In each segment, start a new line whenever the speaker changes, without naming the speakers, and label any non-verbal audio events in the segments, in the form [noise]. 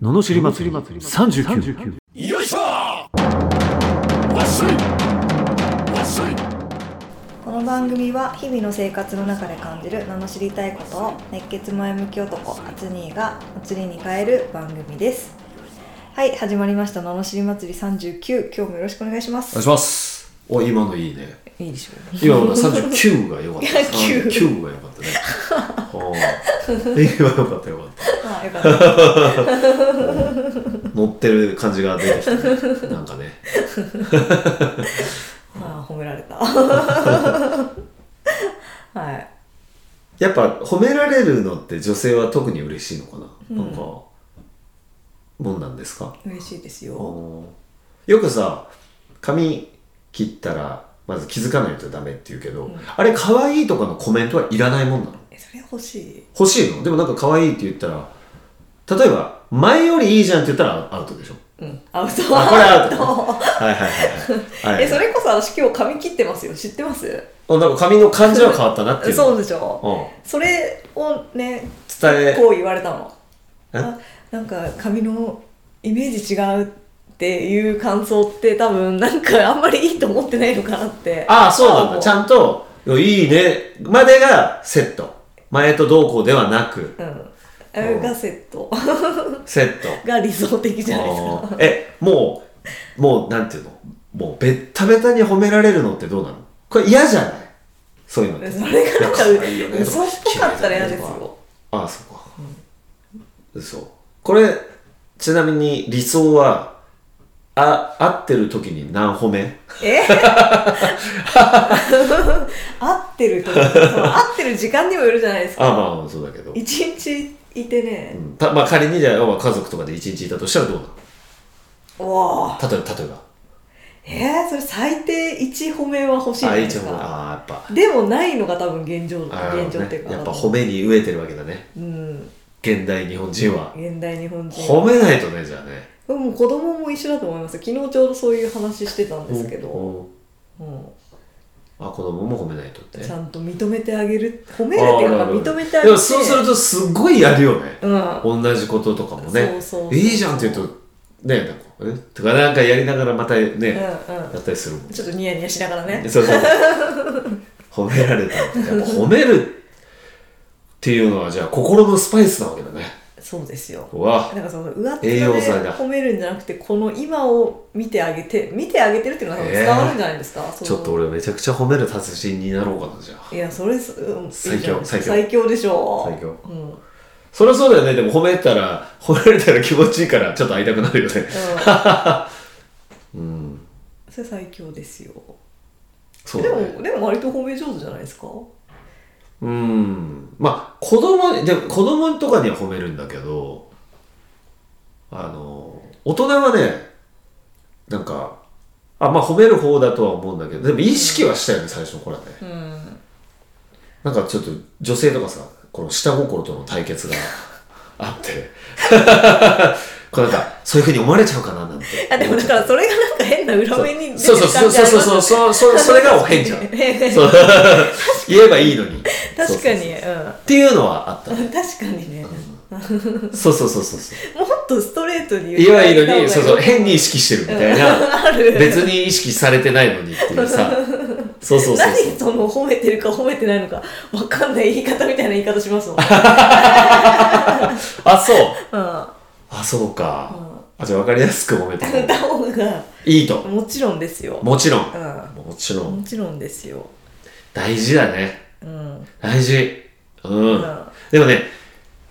ののしり祭り39
よいしょわっしょいわっしょい
この番組は日々の生活の中で感じる名の知りたいことを熱血前向き男アツニーが祭りに変える番組ですはい始まりました「名の知り祭り39」今日もよろしくお願いしま
お願い
す
しますお今のいいね
いいでしょ [laughs] う
今ほら39が良かった
39
39が良かったね [laughs] おー今良かった良かった
ああよかった
乗ってる感じが出てきたねなんかね
ああ褒められ [laughs] たはい
やっぱ褒められるのって女性は特に嬉しいのかな、なんかもんなんですか
嬉しいですよ
よくさ髪切ったらまず気づかないとダメって言うけど、あれ可愛いとかのコメントはいらないもんなの
えそれ欲しい
欲しいのでもなんか可愛いって言ったら例えば前よりいいじゃんって言ったらアウトでしょ
うんアウト
あこれア
ア
ウ
ウ
ト
ト
はいはいはいはい、はい、
[laughs] えそれこそ私今日髪切ってますよ知ってます
あなんか髪の感じは変わったなっていう
そう
う、
でしょ
う
それをね
ん、伝え
こう言われたの
え
あなんか髪のイメージ違うっていう感想って多分なんかあんまりいいと思ってないのかなって
ああそうなん
思
だちゃんといいねまでがセット前と同行ではなく
うん
うん
ガセット
セット
が理想的じゃないですか
あーえもうもうなんていうのもうベッタベタに褒められるのってどうなのこれ嫌じゃないそういうのって
それがなんか
いや可愛いよねと
嘘っぽかったら嫌
綺麗だね
です
とか
よ
ああそうか、嘘これちなみに理想はあ合ってる時に何褒め
え合ってるとその合ってる時間にもよるじゃないです
ああ
か
まあまあそうだけど、
一日いて
う
ね、
んたまあ、仮にじゃあまあ家族とかで一日いたとしたらどうなの
うわあ
例えば例えば
えー、それ最低1褒めは欲しいじゃ
ああ
ない
い
で
いじゃ
す
ん
か
ああやっぱ
でもないのが多分現状
ああ、
現状っていうか、
ね、やっぱ褒めに飢えてるわけだね
うん
現代日本人は、
現代日本人
褒めないとねじゃあね
でも子供も一緒だと思います昨日ちょうどそういう話してたんですけど、
おお
うん
あ子供も褒めないとって
ちゃんと認めてあげる褒めるってい
あ
うか
ーなるほど
認めてあげて
でもそうするとすごいやるよね、
うん
同じこととかもね
そうそうそう
いいじゃんって言うとねなんかえとかなんかやりながらまたね、
うん
や
う
ったりするもん
んちょっとニヤニヤしながらね
そうそう褒められたやっぱ褒めるっていうのはじゃあ心のスパイスなわけだね
そうですよ
うわ
なんかその上っ
栄
手
養
を
剤だ
褒めるんじゃなくてこの今を見てあげて見てあげてるっていうのは多分伝わるんじゃないですか、その
ちょっと俺めちゃくちゃ褒める達人になろうかなじゃあ
いやそれす、うん、いいじゃ
最強
ん
最強
最強でしょ
最強
うんうん
そりゃそうだよねでも褒めたら褒められたら気持ちいいからちょっと会いたくなるよねうん
それ最強ですよ
そう
で
だね
もでも割と褒め上手じゃないですか
うんまあ子供にでも子供とかには褒めるんだけどあの大人はねなんかあまあ褒める方だとは思うんだけどでも意識はしたよね最初の頃はね
うん
なんかちょっと女性とかさこの下心との対
[laughs]
決があって [laughs] こうなんかそういうふうに思われちゃうかななんて
あでもだからそれがなんか変な裏目に
そうそうそうそうそうそ
う
うそうそれがお
[laughs]
変じゃんそう [laughs] 言えばいいのにそう
確
そ
か
う
に
そう
う
っていうのはあった
ん確かにね
そうそうそうそうそう
もっとストレートに
言えばいい
た方
の
が
にそうそう変に意識してるみたい [laughs] な
ある
別に意識されてないのにっていうさそうそうそうそう
[laughs] 何その褒めてるか褒めてないのかわかんない言い方みたいな言い方します
[laughs]
もんうん
あそう
歌
あそうか、
うん
あじゃあ分かりやすく褒めた方が
方が
いいと
もちろんですよ
もちろん
う
もちろ
ん
ん
もちろんですよ
大事だね
うん
大事うん、
うん
でもね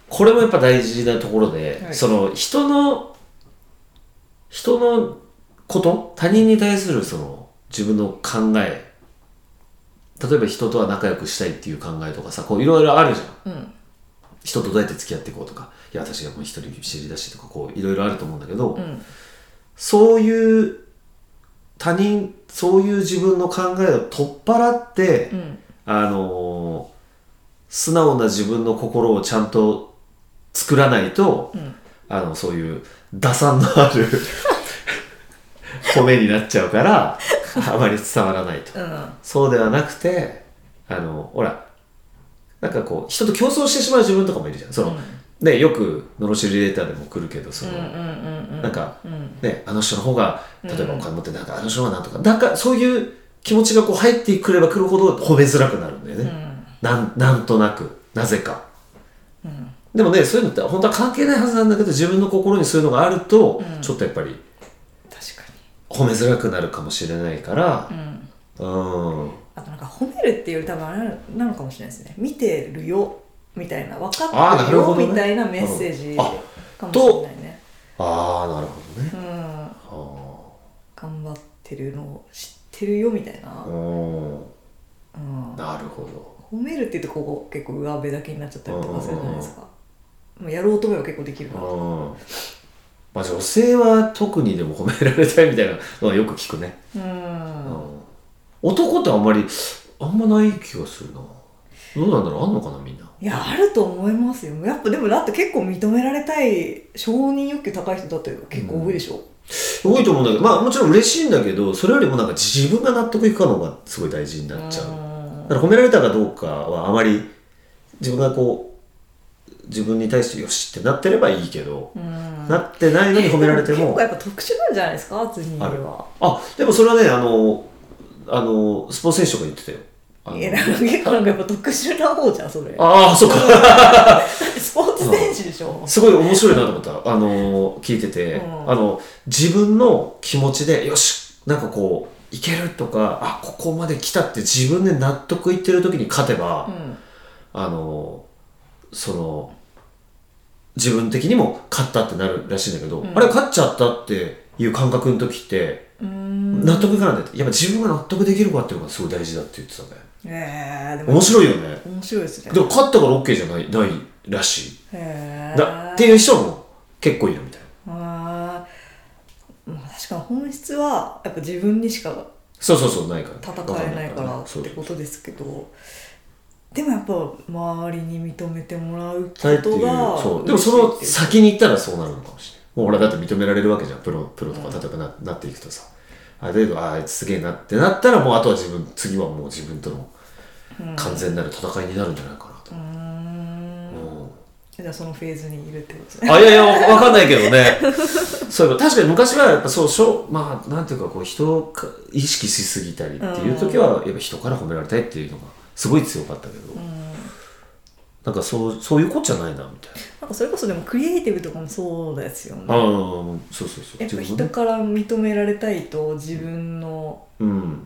これもやっぱ大事なところで、
はい
その人の人のこと他人に対するその自分の考え例えば人とは仲良くしたいっていう考えとかさこういろいろあるじゃん
うん
人とどうやって付き合っていこうとかいや私がもう一人見知りだしとかこういろいろあると思うんだけど、
うん
そういう他人そういう自分の考えを取っ払って、
うん
あのー素直な自分の心をちゃんと作らないと、
うん
あのそういう打算のあ
[laughs]
る褒めになっちゃうからあまり伝わらないと。
うん
そうではなくてあのほらなんかこう人と競争してしまう自分とかもいるじゃんその、
うん
ね、よく、のろしりレーターでも来るけど、そ
うん
の、
うんうんうん
なんか、
うん
ね、あの人の方が、例えば
う
お
ん
金持って、なんか、あの人はなんとか、なんか、そういう気持ちがこう入ってくれば来るほど褒めづらくなるんだよね。
うん
なんなんとなく、なぜか。
うん
でもね、そういうのって本当は関係ないはずなんだけど、自分の心にそういうのがあると、
うん
ちょっとやっぱり
確か
褒めづらくなるかもしれないから、
にうん
うん。
あとなんか褒めるっていうより多分あれなのかもしれないですね見てるよみたいな分か
あー
っ
な
てる
る
よ
ほどね
みたいなメッセージ
あ
かもしれないね
ああ、なるほどね。
うん
あー
頑張ってるのを知ってるよみたいな、
うん。
うん、
なるほど。
褒めるって言うとここ結構上辺だけになっちゃったりとかするじゃないですかまあやろうと思えば結構できるから
うん。まあ女性は特にでも褒められたいみたいなのはよく聞くね。
う
うんん。男ってあんまり、あんまない気がするな。どうなんだろうあんのかなみんな。
いやあると思いますよやっぱでもだって結構認められたい承認欲求高い人だって結構多いでしょ、
多いと思うんだけど、まあもちろん嬉しいんだけど、それよりもなんか自分が納得いくかのがすごい大事になっちゃう。だから褒められたかどうかはあまり自分がこう、自分に対してよしってなってればいいけど、
うん
なってないのに褒められて
[laughs] 結
も
構。やっぱ特殊なんじゃないですかアツニーは
あ、でもそれはね、あの、あの、スポーツ選手とか言ってたよ。あの
いやなんか結構なんかやっぱ特殊な方じゃんそれ
ああ、そっか。
スポーツ選手でしょ
すごい面白いなと思った。あの、聞いてて、
うん
あの、自分の気持ちで、よし、なんかこう、いけるとか、あ、ここまで来たって自分で納得いってる時に勝てば、
うん
あの、その、自分的にも勝ったってなるらしいんだけど、
うん
あれ勝っちゃったっていう感覚の時って、
うーん
納得いかないんだって。やっぱ自分が納得できるかっていうのがすごい大事だって言ってたね。
えー、でも
面白いよね。
面白いですね
でも勝ったから OK じゃないないらしい
へー
だっていう人も結構いるみたいな
あーまあ確かに本質はやっぱ自分にしか
そうそうそうないから
戦えないから
わ
っ
かん
て
ないからね
ことですけどでもやっぱ周りに認めてもらうこ
そうってい
と
う
が
そうでもその
嬉しいって
先に行ったらそうなるのかもしれないもう俺はだって認められるわけじゃんプロプロとか例えばな,、なっていくとさある程度ああいつすげえなってなったらもうあとは自分次はもう自分との
うん
完全なる戦いになるんじゃないかなと
う、ーん
うん
じゃあそのフェーズにいるってことですね
あいやいやわわかんないけどねそういえば確かに昔はやっぱそうしょまあなんていうかこう人をか意識しすぎたりっていう時はやっぱ人から褒められたいっていうのがすごい強かったけど、
うん
なんかそうそういうことじゃないなみたい
なんかそれこそでもクリエイティブとかもそうですよ
な、
ね
ああそうそうそう
やっぱ
自
人
分の
から認められたいと自分の
うん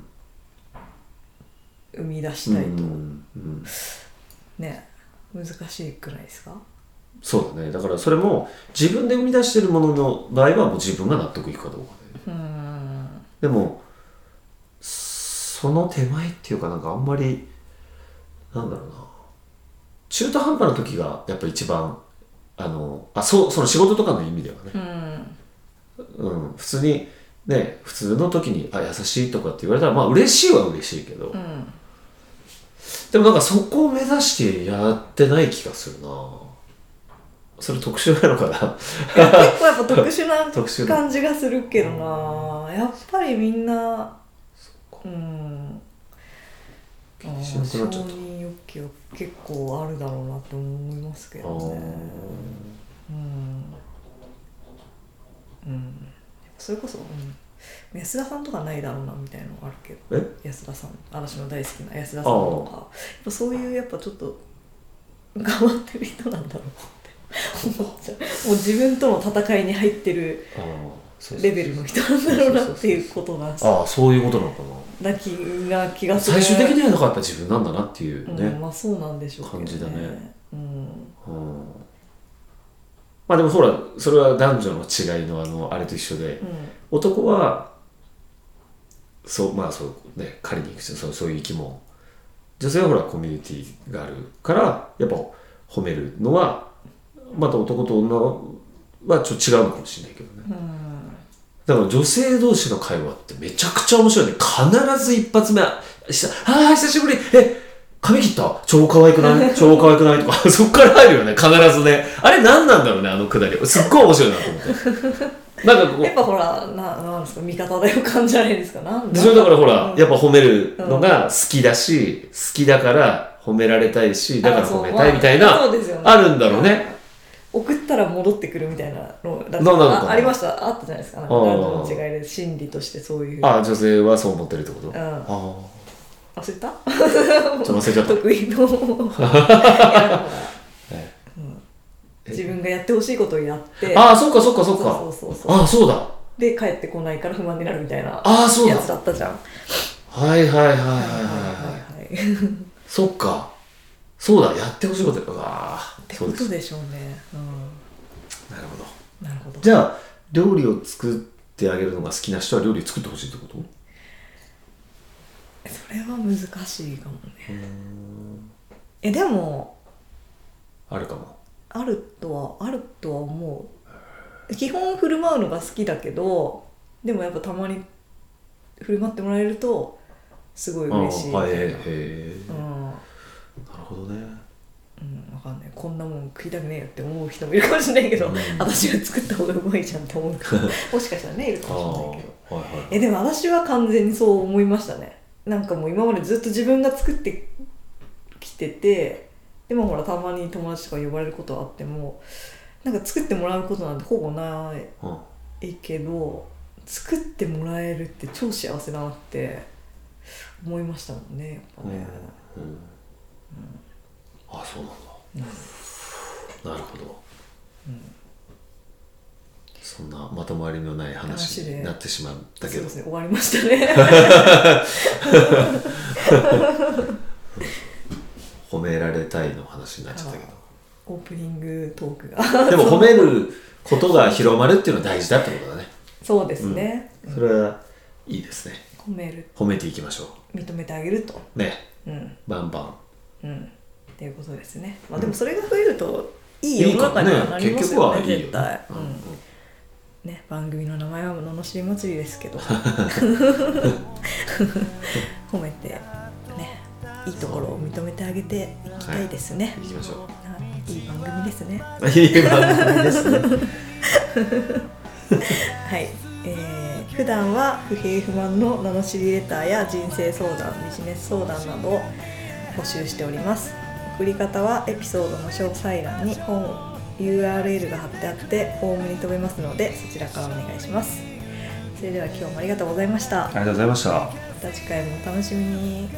生み出し
うん
たいと、
うん
ね難しくないですか
そうだねだからそれも自分で生み出してるものの場合はもう自分が納得いくかどうかね
うん
でもその手前っていうかなんかあんまりなんだろうな中途半端な時がやっぱ一番あのあそうその仕事とかの意味ではね、
う
う
ん
ん、普通にね普通の時にあ優しいとかって言われたらまあ嬉しいは嬉しいけど、
うん
でもなんかそこを目指してやってない気がするなそれ特殊なのかな
いや結構やっぱ特
[laughs]
殊
特殊
な
だ
感じがするけどなやっぱりみんなうん
気にしなくなっちゃっ
承認欲求は結構あるだろうなって思いますけ
あ
どね
ー
うん、うん、やっぱそれこそ、うん、安田さんとかないだろうなみたいなのあるけど
え
安田さん嵐の大好きな安田さんとかやっぱそういうやっぱちょっと頑張ってる人なんだろうって思っちゃうもう自分との戦いに入ってる
あーそうそうそう
レベルの人なんだろうなっていうことな
ああそういうことなのかな
な気な気がする
最終的にはだからやっぱ自分なんだなっていうね、
うん、まあそうなんでしょうけど、
感じだね
うん
うんまあでもほらそれは男女の違いのあのあれと一緒で男はそうまあそうね狩りに行くしそうそういう生き物女性はほらコミュニティがあるからやっぱ褒めるのはまた男と女はちょっと違うのかもしれないけどね
うん、うん
だから女性同士の会話ってめちゃくちゃ面白いね。必ず一発目、あ久あー、久しぶり、え、髪切った超可愛く
[laughs]
ない超可愛くないとか、そ [laughs] っから入るよね、必ずね。あれ何なんだろうね、あのくだり。すっごい面白いなと思って。
[laughs]
なんかこ
やっ
う、
ぱほらななんですか味方だよ感じじゃないですかなん
でそれだからほら、やっぱ
ぱ
褒めるのが好きだし、好きだから褒められたいし、だから褒めたいみたいな、
そうですよね
あるんだろうね。
ら戻ってくるみたいなのだっ
ななん
た
か
あありましたあったじゃないですかなんか
あー
男女の違いで心理としてそういう
あ女性はそう思ってるってこと、
うん
ああ
忘れ
ち
た
ょっと忘れちゃった
得意の
[laughs] え
自分がやってほしいことをやって
ああそっかそっかそっか
そうそうそうそう
ああそうだ
で帰ってこないから不満になるみたいな
ああそうだ
やつだったじゃんは
はいはいはいはいはい
いはい
はい
はいはいっ
そっかそうだやってほしいことうわー
て
そう
こ
です
とでしょうねう
なるほど
んなるほど
じゃあ料理を作ってあげるのが好きな人は料理作ってほしいってこと
それは難しいかもねえでも
あるかも
あるとはあるとは思う基本振る舞うのが好きだけどでもやっぱたまに振る舞ってもらえるとすごい嬉しいみ
ああ
た
はいい
な
へえ
う
なる
ん
ほどね
うん、わかんないこんなもん食いたくねえよって思う人もいるかもしれないけど、
うん
私が作った方がうまいじゃんって思う
[laughs]
人もしかしたらねいるか
ああ
もしれ
は
ない
い
けど
はい
えでも私は完全にそう思いましたねなんかもう今までずっと自分が作ってきててでもほらたまに友達とか呼ばれることはあってもなんか作ってもらうことなんてほぼな
うん
いけど作ってもらえるって超幸せだなって思いましたもんねやっぱね、
うんうんあそうなんだ、なるほど、そんなまとまりのない話
話で
になってしまったけ
そう
ど
ですね終わりましたね
[laughs] 褒められたいの話になっちゃったけ
オープニングトークが
どでも褒めることが広まるっていうのは大事だってことだね
そうですね、
それはいいですね
褒める
褒めていきましょ
認めてあげると
うね
うん
バンバン
うんっていうことですねまあでもそれが増えるといい世の
か
中にはなりま
結
す
局
よ
は
ね
いいよね
絶対、
う
うん
うん
んね、番組の名前は「ののしり祭り」です
[laughs]
けど褒めてねいいところを認めてあげていきたいですね、
行きましょ
はい、いい番組ですね
ういい番組ですね
はい、えー普段は不平不満の罵りレターや人生相談ビジネス相談などを募集しております送り方はエピソードの詳細欄に本 URL が貼ってあってフォームに飛べますのでそちらからお願いしますそれでは今日もありがとうございました
ありがとうございました
また次回もお楽しみに